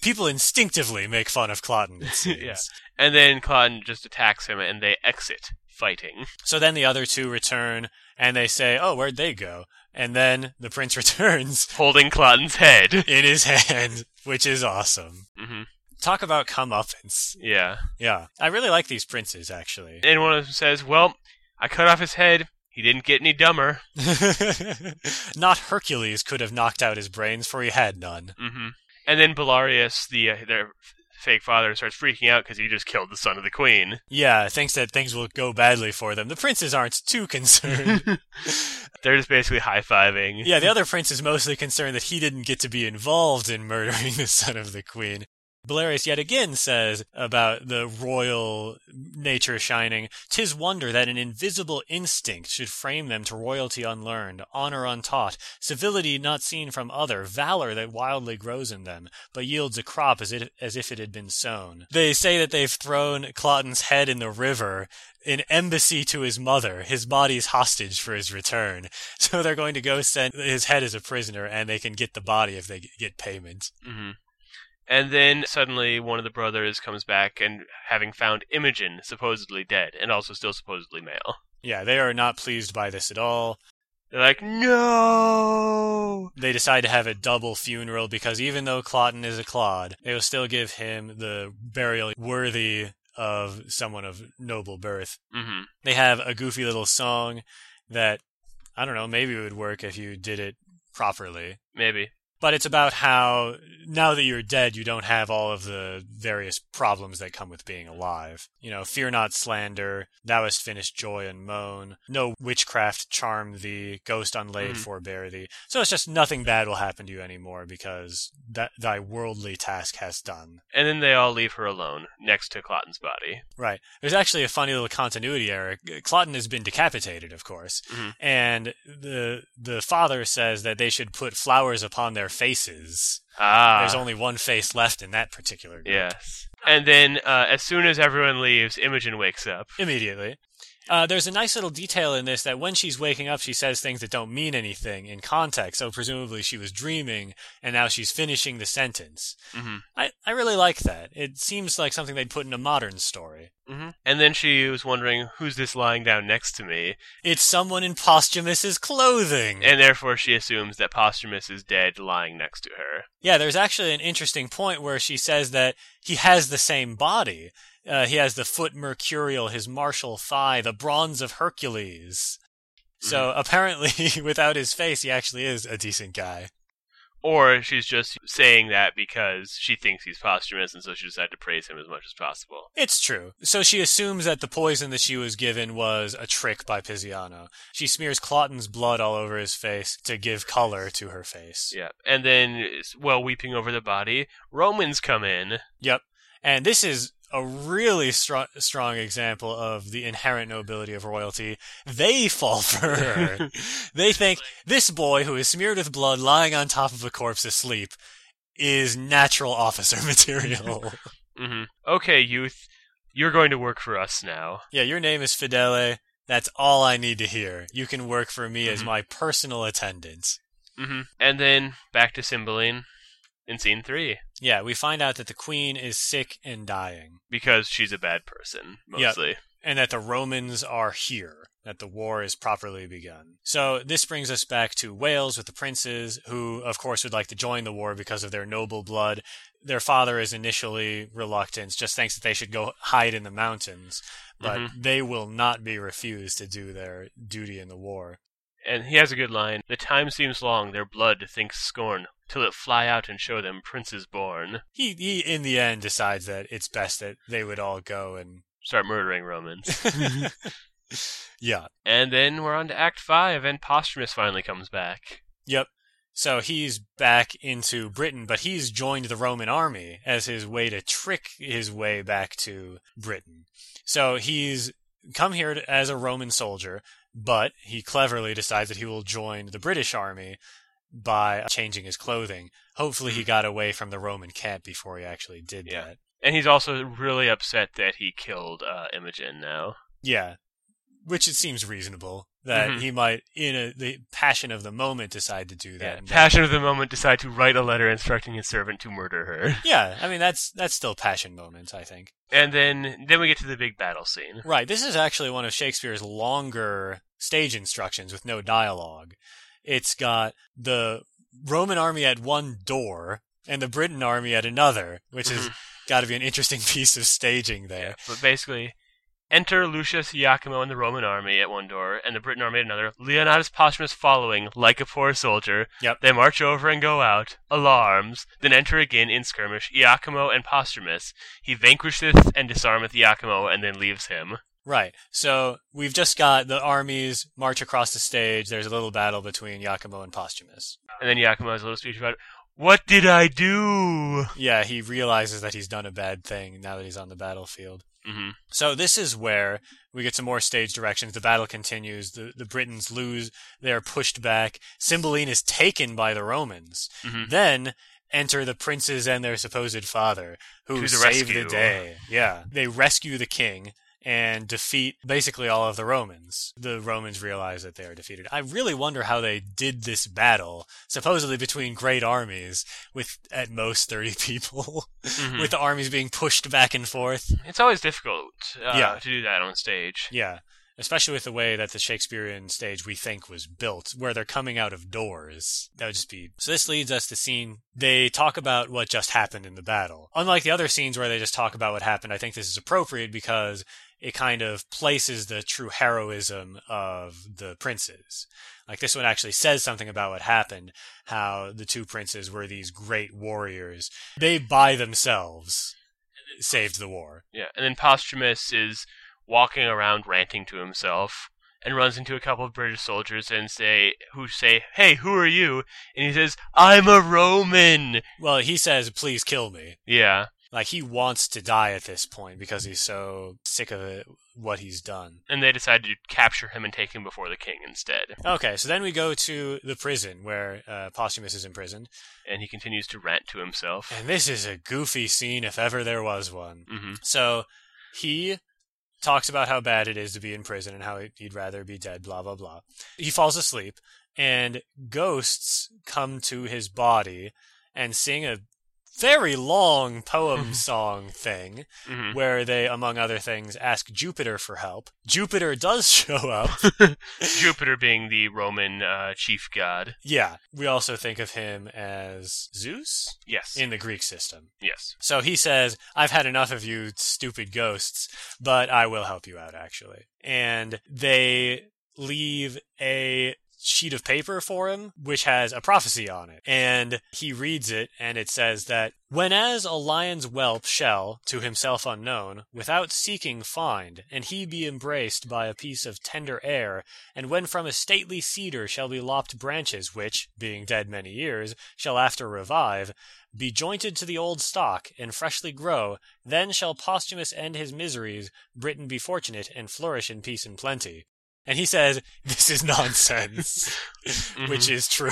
People instinctively make fun of Cloten. It seems.
Yeah. And then Cloten just attacks him and they exit fighting.
So then the other two return and they say, "Oh, where'd they go?" And then the prince returns
Holding Cloten's head.
in his hand, which is awesome.
hmm
Talk about comeuppance.
Yeah.
Yeah, I really like these princes actually.
And one of them says, Well, I cut off his head. He didn't get any dumber.
Not Hercules could have knocked out his brains, for he had none.
hmm And then Belarius, the uh, their fake father, starts freaking out because he just killed the son of the queen.
Yeah, thinks that things will go badly for them. The princes aren't too concerned.
They're just basically high fiving.
yeah, the other prince is mostly concerned that he didn't get to be involved in murdering the son of the queen. Belarius yet again says about the royal nature shining, "Tis wonder that an invisible instinct should frame them to royalty unlearned, honor untaught, civility not seen from other, valor that wildly grows in them, but yields a crop as, it, as if it had been sown." They say that they've thrown Cloten's head in the river, an embassy to his mother, his body's hostage for his return. So they're going to go send his head as a prisoner, and they can get the body if they g- get payment.
hmm And then suddenly one of the brothers comes back and having found Imogen, supposedly dead, and also still supposedly male.
Yeah, they are not pleased by this at all.
They're like, no!
They decide to have a double funeral because even though Cloten is a clod, they will still give him the burial worthy of someone of noble birth.
hmm
They have a goofy little song that, I don't know, maybe it would work if you did it properly.
Maybe.
but it's about how now that you're dead, you don't have all of the various problems that come with being alive. You know, fear not slander, thou hast finished joy and moan, no witchcraft charm thee, ghost unlaid
Mhm.
forbear thee. So it's just nothing bad will happen to you anymore because that thy worldly task has done.
And then they all leave her alone, next to Cloten's body.
Right. There's actually a funny little continuity error. Cloten has been decapitated, of course,
Mhm.
and the the father says that they should put flowers upon their faces.
Ah.
There's only one face left in that particular group.
yes. And then, uh, as soon as everyone leaves, Imogen wakes up.
Immediately. Uh, there's a nice little detail in this that when she's waking up, she says things that don't mean anything in context. So presumably she was dreaming, and now she's finishing the sentence.
hmm
I, I really like that. It seems like something they'd put in a modern story.
hmm And then she was wondering, who's this lying down next to me?
It's someone in posthumous's clothing.
And therefore, she assumes that Posthumus is dead, lying next to her.
Yeah, there's actually an interesting point where she says that he has the same body. Uh, he has the foot mercurial, his martial thigh, the bronze of Hercules. So apparently, without his face, he actually is a decent guy.
Or she's just saying that because she thinks he's posthumous, and so she decided to praise him as much as possible.
It's true. So she assumes that the poison that she was given was a trick by Pisiano. She smears Cloten's blood all over his face to give color to her face.
Yeah. And then, while weeping over the body, Romans come in.
Yep. And this is a really strong strong example of the inherent nobility of royalty. They fall for her. they think this boy who is smeared with blood, lying on top of a corpse asleep, is natural officer material.
hmm Okay, youth, you're going to work for us now.
yeah, your name is Fidele. That's all I need to hear. You can work for me as my personal attendant.
hmm And then back to Cymbeline in scene three
Yeah, we find out that the queen is sick and dying,
because she's a bad person
Yep.
mostly.
and that the Romans are here, that the war is properly begun. So this brings us back to Wales with the princes, who, of course, would like to join the war because of their noble blood. Their father is initially reluctant, just thinks that they should go hide in the mountains, but they will not be refused to do their duty in the war.
And he has a good line. The time seems long, their blood thinks scorn, till it fly out and show them princes born.
He, he, in the end, decides that it's best that they would all go and.
Start murdering Romans.
yeah,
and then we're on to Act Five, and Posthumus finally comes back.
Yep. So he's back into Britain, but he's joined the Roman army as his way to trick his way back to Britain. So he's come here to- as a Roman soldier, but he cleverly decides that he will join the British army by changing his clothing. Hopefully, he got away from the Roman camp before he actually did
Hmm. Yeah.
that.
And he's also really upset that he killed uh, Imogen now.
Yeah. Which it seems reasonable that
Mhm.
he might, in a, the passion of the moment, decide to do that.
Yeah.
and
Passion of the moment decide to write a letter instructing his servant to murder her.
Yeah, I mean that's that's still passion moments, I think.
And then then we get to the big battle scene.
Right. This is actually one of Shakespeare's longer stage instructions with no dialogue. It's got the Roman army at one door and the Britain army at another, which has got to be an interesting piece of staging
Yeah.
there.
But basically Enter Lucius Iachimo and the Roman army at one door, and the Briton army at another. Leonidas Posthumus following, like a poor soldier.
Yep.
They march over and go out. Alarms. Then enter again in skirmish. Iachimo and Posthumus. He vanquisheth and disarmeth Iachimo, and then leaves him.
Right. So we've just got the armies march across the stage. There's a little battle between Iachimo and Posthumus.
And then Iachimo has a little speech about, "What did I do?"
Yeah, he realizes that he's done a bad thing now that he's on the battlefield.
hmm
So this is where we get some more stage directions. The battle continues. The the Britons lose. They are pushed back. Cymbeline is taken by the Romans.
Mhm.
Then enter the princes and their supposed father, who
To the
save
rescue.
the day. Yeah, they rescue the king and defeat basically all of the Romans. The Romans realize that they are defeated. I really wonder how they did this battle, supposedly between great armies with at most thirty people,
Mhm.
with the armies being pushed back and forth.
It's always difficult uh,
Yeah.
to do that on stage.
Yeah, especially with the way that the Shakespearean stage we think was built, where they're coming out of doors. That would just be. So this leads us to scene. They talk about what just happened in the battle. Unlike the other scenes where they just talk about what happened, I think this is appropriate because it kind of places the true heroism of the princes. Like this one actually says something about what happened, how the two princes were these great warriors. They by themselves saved the war.
Yeah. And then Posthumus is walking around ranting to himself and runs into a couple of British soldiers and say who say, "Hey, who are you?" And he says, "I'm a Roman."
Well, he says, "Please kill me."
Yeah.
like he wants to die at this point because he's so sick of it, what he's done.
And they decide to capture him and take him before the king instead.
Okay, so then we go to the prison where uh, Posthumus is imprisoned,
And he continues to rant to himself.
and this is a goofy scene if ever there was one.
hmm
So he talks about how bad it is to be in prison and how he'd rather be dead, blah, blah, blah. He falls asleep, and ghosts come to his body and sing a very long poem song thing.
hmm
where they, among other things, ask Jupiter for help. Jupiter does show up.
Jupiter being the Roman uh, chief god.
yeah. We also think of him as Zeus
Yes.
in the Greek system.
yes.
So he says, I've had enough of you stupid ghosts, but I will help you out, actually. And they leave a sheet of paper for him, which has a prophecy on it. And he reads it, and it says that Whenas a lion's whelp shall, to himself unknown, without seeking find, and he be embraced by a piece of tender air, and when from a stately cedar shall be lopped branches which, being dead many years, shall after revive, be jointed to the old stock, and freshly grow, then shall Posthumus end his miseries, Britain be fortunate, and flourish in peace and plenty. And he says, This is nonsense,
Mm-hmm.
which is true.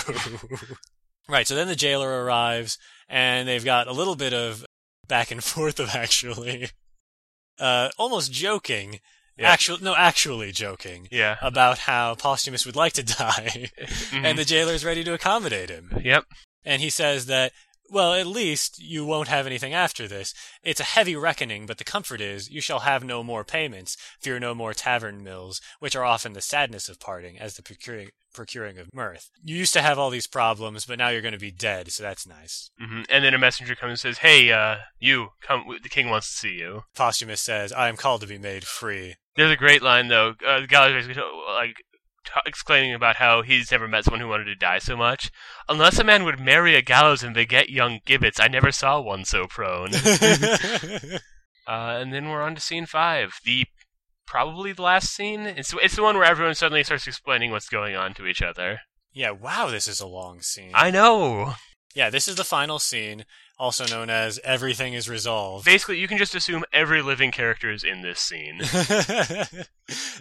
right, so then the jailer arrives, and they've got a little bit of back and forth of actually, uh, almost joking,
Yeah.
actual, no, actually joking,
Yeah.
about how Posthumus would like to die,
Mhm.
and the jailer's ready to accommodate him.
mm-hmm. yep.
And he says that, well, at least you won't have anything after this. It's a heavy reckoning, but the comfort is you shall have no more payments, fear no more tavern mills, which are often the sadness of parting, as the procuring, procuring of mirth. You used to have all these problems, but now you're going to be dead, so that's nice.
hmm And then a messenger comes and says, "Hey, uh, you come. w- The king wants to see you."
Posthumus says, I am called to be made free.
There's a great line though. Uh, Gallagher's like t- exclaiming about how he's never met someone who wanted to die so much. Unless a man would marry a gallows and beget young gibbets, I never saw one so prone. Uh, and then we're on to scene five, the probably the last scene. It's it's the one where everyone suddenly starts explaining what's going on to each other.
yeah, wow, this is a long scene.
I know.
yeah, this is the final scene, also known as Everything is Resolved.
Basically, you can just assume every living character is in this scene.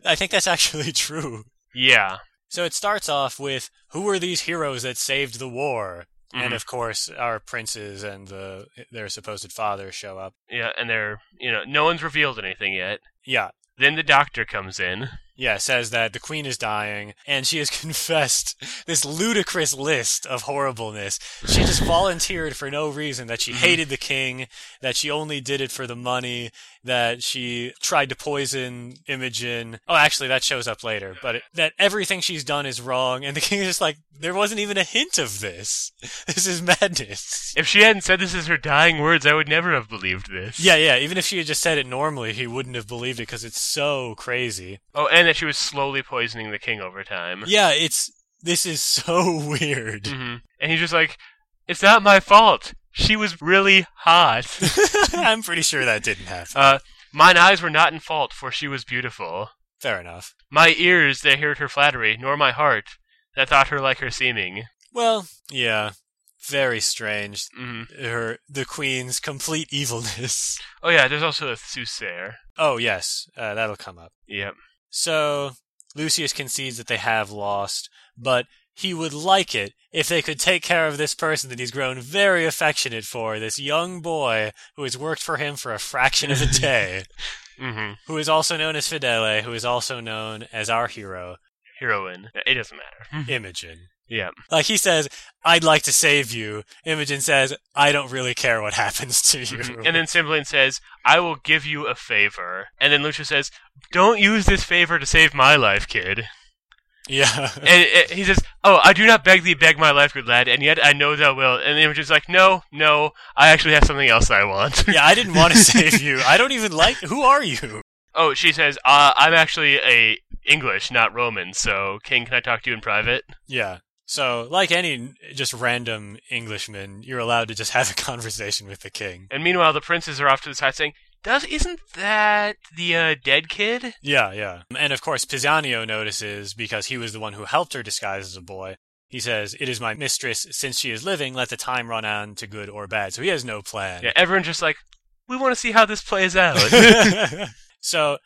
I think that's actually true.
yeah.
So it starts off with who are these heroes that saved the war? And
Mhm.
of course, our princes and the their supposed fathers show up.
Yeah, and they're, you know, no one's revealed anything yet.
Yeah.
Then the doctor comes in.
Yeah, says that the queen is dying and she has confessed this ludicrous list of horribleness. She just volunteered for no reason that she
Mhm.
hated the king, that she only did it for the money, that she tried to poison Imogen. Oh, actually, that shows up later, but it, that everything she's done is wrong. And the king is just like, there wasn't even a hint of this. This is madness.
If she hadn't said this as her dying words, I would never have believed this.
Yeah, yeah. Even if she had just said it normally, he wouldn't have believed it because it's so crazy.
Oh, and that she was slowly poisoning the king over time.
Yeah, it's this is so weird.
hmm And he's just like, it's not my fault. She was really hot.
I'm pretty sure that didn't happen.
uh, mine eyes were not in fault, for she was beautiful.
Fair enough.
My ears, they heard her flattery, nor my heart, that thought her like her seeming.
Well, yeah, very strange.
hmm
Her the queen's complete evilness.
Oh yeah, there's also a soothsayer.
Oh yes, uh, that'll come up.
Yep.
So Lucius concedes that they have lost, but he would like it if they could take care of this person that he's grown very affectionate for, this young boy who has worked for him for a fraction of a day,
hmm
who is also known as Fidele, who is also known as our hero,
Heroine. It doesn't matter.
Imogen.
yeah.
Like he says, I'd like to save you. Imogen says, I don't really care what happens to you.
Mhm. And then Cymbeline says, I will give you a favor. And then Lucius says, Don't use this favor to save my life, kid.
yeah.
and uh, he says, Oh, I do not beg thee, beg my life, good lad, and yet I know thou wilt. And the image is like, No, no, I actually have something else I want.
yeah, I didn't want to save you. I don't even like. Who are you?
oh, she says, uh, I'm actually a English, not Roman, so, King, can I talk to you in private?
Yeah. So, like any n- just random Englishman, you're allowed to just have a conversation with the king.
And meanwhile, the princes are off to the side saying, does, isn't that the uh, dead kid?
Yeah, yeah. And of course, Pisanio notices because he was the one who helped her disguise as a boy. He says, It is my mistress. Since she is living, let the time run on to good or bad. So he has no plan.
Yeah, everyone's just like, we want to see how this plays out.
so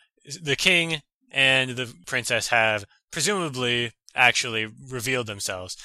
the king and the princess have presumably actually revealed themselves.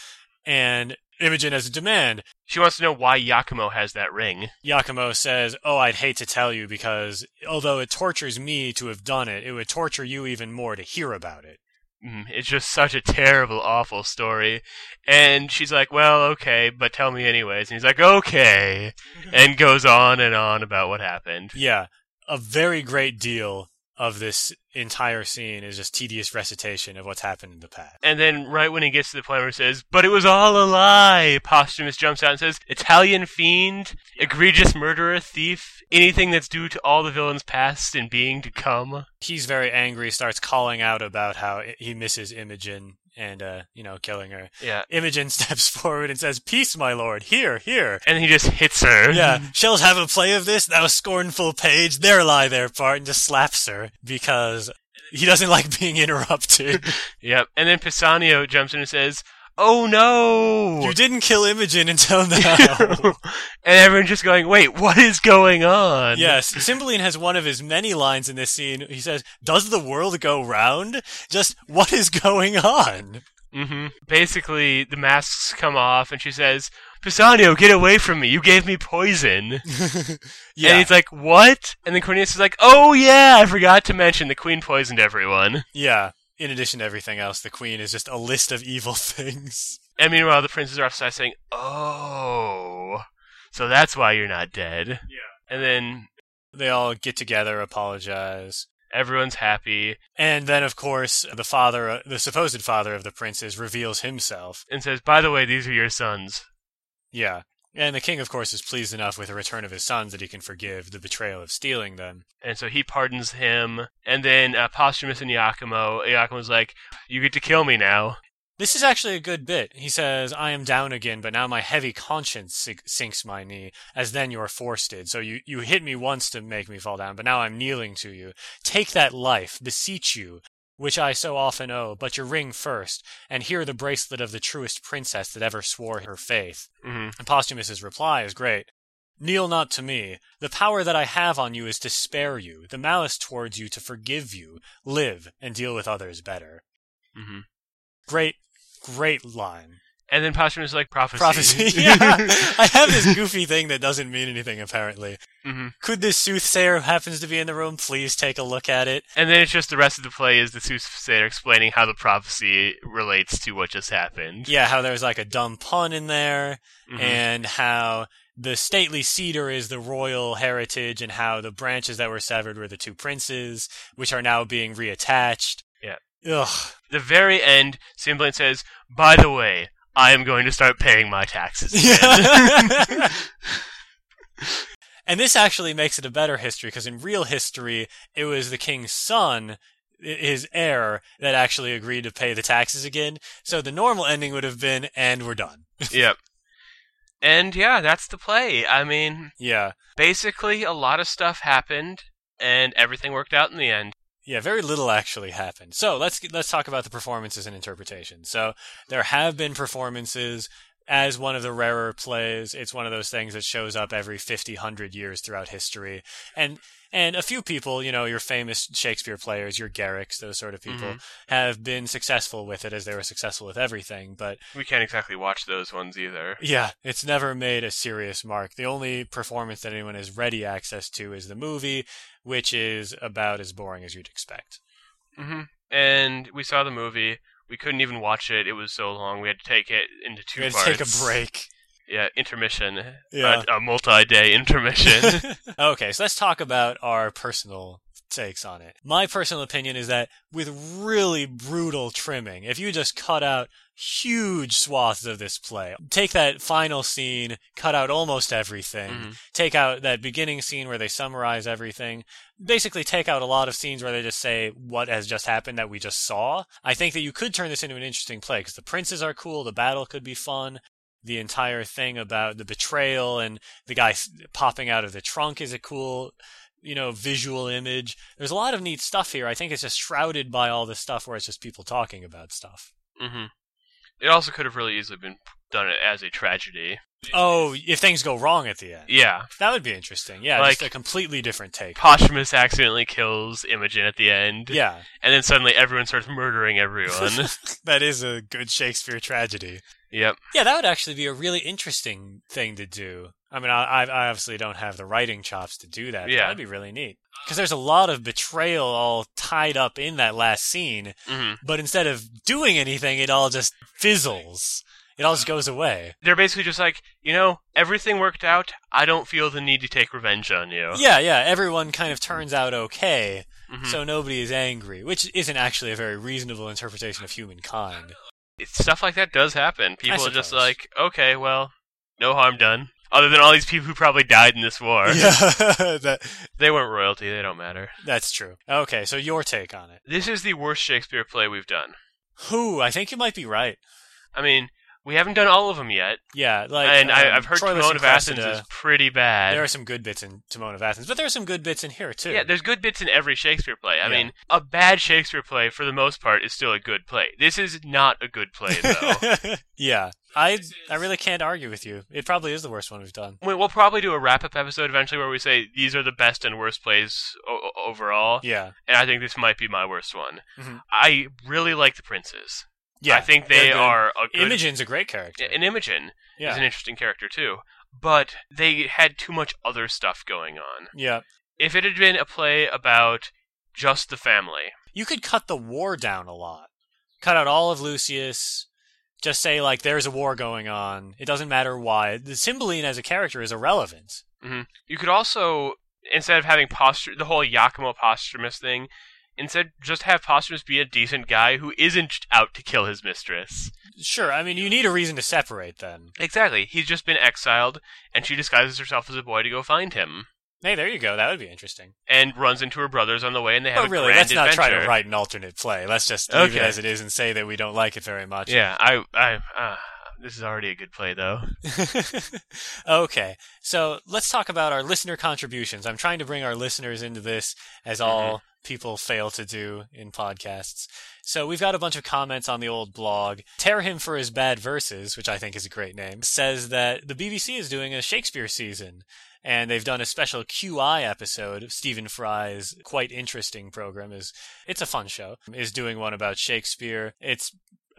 And Imogen has a demand.
she wants to know why Yakumo has that ring.
Yakumo says, Oh, I'd hate to tell you because although it tortures me to have done it, it would torture you even more to hear about it.
Mm, It's just such a terrible, awful story. And she's like, well, okay, but tell me anyways. And he's like, okay. And goes on and on about what happened.
Yeah, a very great deal of this entire scene is just tedious recitation of what's happened in the past.
And then, right when he gets to the point where he says, but it was all a lie, Posthumus jumps out and says, Italian fiend, egregious murderer, thief, anything that's due to all the villains past and being to come.
He's very angry, starts calling out about how i- he misses Imogen and uh, you know killing her.
Yeah.
Imogen steps forward and says, "Peace, my lord. Here, here."
And he just hits her.
Yeah, shalt have a play of this, thou scornful page. There lie their part, and just slaps her because he doesn't like being interrupted.
Yep. And then Pisanio jumps in and says, "Oh no!"
you didn't kill Imogen until now.
and everyone's just going, "Wait, what is going on?"
Yes, Cymbeline has one of his many lines in this scene. He says, "Does the world go round? Just what is going on?"
hmm Basically, the masks come off, and she says, "Pisanio, get away from me! You gave me poison." And
Yeah,
he's like, "What?" And then Cornelius is like, "Oh yeah, I forgot to mention the queen poisoned everyone."
yeah. In addition to everything else, the queen is just a list of evil things.
And meanwhile, the princes are outside saying, "Oh, so that's why you're not dead." Yeah. And then
They all get together, apologize.
everyone's happy
And then, of course, the father, uh, the supposed father of the princes, reveals himself.
and says, "By the way, these are your sons."
Yeah. And the king, of course, is pleased enough with the return of his sons that he can forgive the betrayal of stealing them.
And so he pardons him. And then uh, Posthumus and Iachimo, Iacomo's like, "You get to kill me now."
This is actually a good bit. He says, I am down again, but now my heavy conscience sink- sinks my knee, as then your force did. So you, you hit me once to make me fall down, but now I'm kneeling to you. Take that life, beseech you, which I so often owe, but your ring first, and here the bracelet of the truest princess that ever swore her faith.
hmm
And Posthumus's reply is great. Kneel not to me. The power that I have on you is to spare you, the malice towards you to forgive you. Live and deal with others better. Mm-hmm.
hmm
Great, great line.
And then Posthumus is like, "Prophecy."
Prophecy. yeah. I have this goofy thing that doesn't mean anything, apparently.
hmm
Could this soothsayer who happens to be in the room please take a look at it?
And then it's just the rest of the play is the soothsayer explaining how the prophecy relates to what just happened.
Yeah, how there's like a dumb pun in there.
Mhm.
and how the stately cedar is the royal heritage, and how the branches that were severed were the two princes, which are now being reattached.
Yeah.
Ugh.
the very end, Cymbeline says, "By the way, I am going to start paying my taxes."
Yeah. and this actually makes it a better history because in real history, it was the king's son. i- His heir that actually agreed to pay the taxes again. So the normal ending would have been, and we're done.
yep. And yeah, that's the play. I mean,
Yeah.
basically, a lot of stuff happened, and everything worked out in the end.
Yeah, very little actually happened. So let's let's talk about the performances and interpretation. So there have been performances as one of the rarer plays. It's one of those things that shows up every 50, 100 years throughout history, and and a few people, you know, your famous Shakespeare players, your Garricks, those sort of people,
Mm-hmm.
have been successful with it as they were successful with everything. But
We can't exactly watch those ones either.
yeah, it's never made a serious mark. The only performance that anyone has ready access to is the movie, which is about as boring as you'd expect. Mm-hmm.
hmm And we saw the movie. We couldn't even watch it. It was so long. We had to take it into two
We're gonna
parts.
take a break.
Yeah, intermission.
Yeah.
A, a multi-day intermission.
okay, so let's talk about our personal takes on it. My personal opinion is that with really brutal trimming, if you just cut out huge swaths of this play, take that final scene, cut out almost everything,
Mhm.
take out that beginning scene where they summarize everything, basically take out a lot of scenes where they just say what has just happened that we just saw. I think that you could turn this into an interesting play because the princes are cool, the battle could be fun. The entire thing about the betrayal and the guy s- popping out of the trunk is a cool you know visual image there's a lot of neat stuff here i think it's just shrouded by all this stuff where it's just people talking about stuff
hmm It also could have really easily been done as a tragedy.
oh if things go wrong at the end
Yeah,
that would be interesting yeah
Like-
just a completely different take
Posthumus accidentally kills Imogen at the end,
yeah
and then suddenly everyone starts murdering everyone.
that is a good shakespeare tragedy
yep.
yeah that would actually be a really interesting thing to do i mean i, I I obviously don't have the writing chops to do that but
Yeah.
that'd be really neat because there's a lot of betrayal all tied up in that last scene
hmm
but instead of doing anything, it all just fizzles. It all just goes away.
They're basically just like, you know, everything worked out. I don't feel the need to take revenge on you.
Yeah, yeah, everyone kind of turns out okay,
Mhm.
so nobody is angry, which isn't actually a very reasonable interpretation of humankind.
It's- stuff like that does happen. People are just
suppose.
like, okay, well, no harm done. Other than all these people who probably died in this war,
Yeah, that,
they weren't royalty. They don't matter.
that's true. Okay, so your take on it.
This is the worst Shakespeare play we've done.
Who? I think you might be right.
I mean, we haven't done all of them yet,
Yeah, like
and I,
um,
I've heard
Troilus
Timon
and
of Athens
Cressida.
is pretty bad.
There are some good bits in Timon of Athens, but there are some good bits in here too.
Yeah, there's good bits in every Shakespeare play. I
Yeah.
mean, a bad Shakespeare play, for the most part, is still a good play. This is not a good play, though.
yeah, I I really can't argue with you. It probably is the worst one we've done.
We- we'll probably do a wrap up episode eventually where we say these are the best and worst plays o- o- overall,
Yeah,
and I think this might be my worst one.
Mhm.
I really like the princes.
yeah.
I think they
they're good.
are a good.
Imogen's a great character.
And Imogen
Yeah,
is an interesting character, too. But they had too much other stuff going on.
yeah.
If it had been a play about just the family,
You could cut the war down a lot. Cut out all of Lucius. Just say like there's a war going on. It doesn't matter why. The Cymbeline as a character is irrelevant.
You could also, instead of having posthum the whole Yakimo Posthumus thing, instead just have Posthumus be a decent guy who isn't out to kill his mistress.
Sure, I mean you need a reason to separate then.
Exactly. He's just been exiled, and she disguises herself as a boy to go find him,
Hey, there you go. That would be interesting.
and runs into her brothers on the way, and they have
but
a
Oh, really,
grand
let's not
adventure.
try to write an alternate play. Let's just leave
Okay.
it as it is and say that we don't like it very much.
Yeah, I, I, uh, this is already a good play though.
okay, so let's talk about our listener contributions. I'm trying to bring our listeners into this, as
Mm-hmm.
all people fail to do in podcasts. So we've got a bunch of comments on the old blog. Tear Him for His Bad Verses, which I think is a great name, says that the BBC is doing a Shakespeare season. And they've done a special QI episode of Stephen Fry's quite interesting program. is It's a fun show. Is doing one about Shakespeare. It's,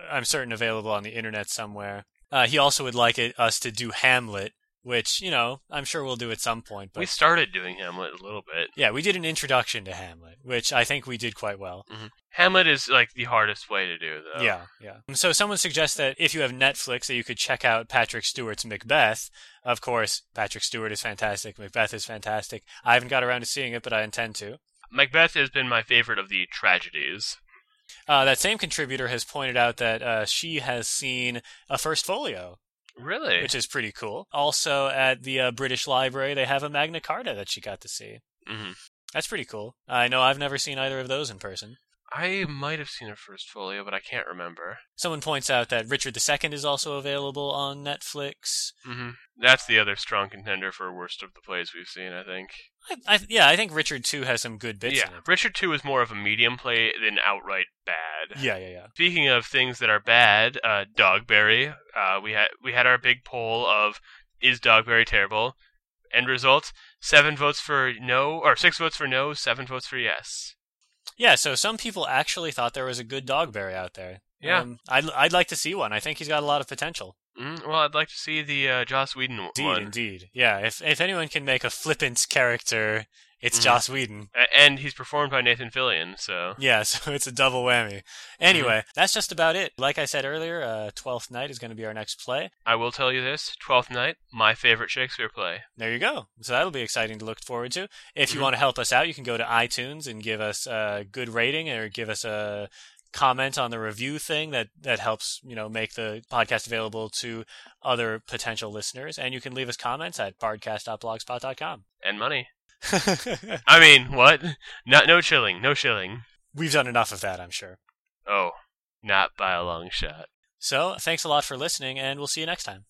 I'm certain, available on the internet somewhere. Uh, he also would like it, us to do Hamlet, which you know I'm sure we'll do at some point. But
We started doing Hamlet a little bit.
yeah, we did an introduction to Hamlet, which I think we did quite well.
Hamlet is like the hardest way to do though.
Yeah, yeah. So someone suggests that if you have Netflix, that you could check out Patrick Stewart's Macbeth. Of course, Patrick Stewart is fantastic. Macbeth is fantastic. I haven't got around to seeing it, but I intend to.
Macbeth has been my favorite of the tragedies.
Uh, that same contributor has pointed out that uh, she has seen a first folio,
Really?
which is pretty cool. Also, at the uh, British Library, they have a Magna Carta that she got to see.
hmm
That's pretty cool. I know I've never seen either of those in person.
I might have seen her first folio, but I can't remember.
Someone points out that Richard II is also available on Netflix.
hmm That's the other strong contender for worst of the plays we've seen, I think.
I, I, yeah, I think Richard II has some good bits
yeah,
in it.
Richard II is more of a medium play than outright bad.
Yeah, yeah, yeah.
Speaking of things that are bad, uh, Dogberry. Uh, we had we had our big poll of is Dogberry terrible? End result: seven votes for no, or six votes for no, seven votes for yes.
Yeah, so some people actually thought there was a good Dogberry out there.
Yeah.
Um, I'd, I'd like to see one. I think he's got a lot of potential.
Mm, well, I'd like to see the uh, Joss Whedon one.
Indeed, indeed. Yeah, if, if anyone can make a flippant character, it's
Mhm.
Joss Whedon.
A- and he's performed by Nathan Fillion, so
Yeah, so it's a double whammy. Anyway, that's just about it. Like I said earlier, uh, Twelfth Night is going to be our next play.
I will tell you this: Twelfth Night, my favorite Shakespeare play.
There you go. So that'll be exciting to look forward to. If you
Mhm.
want to help us out, you can go to iTunes and give us a good rating or give us a comment on the review thing that that helps you know make the podcast available to other potential listeners and you can leave us comments at podcast.blogspot.com
and money. I mean, what? Not no chilling, no shilling.
we've done enough of that i'm sure
Oh, not by a long shot.
so thanks a lot for listening and we'll see you next time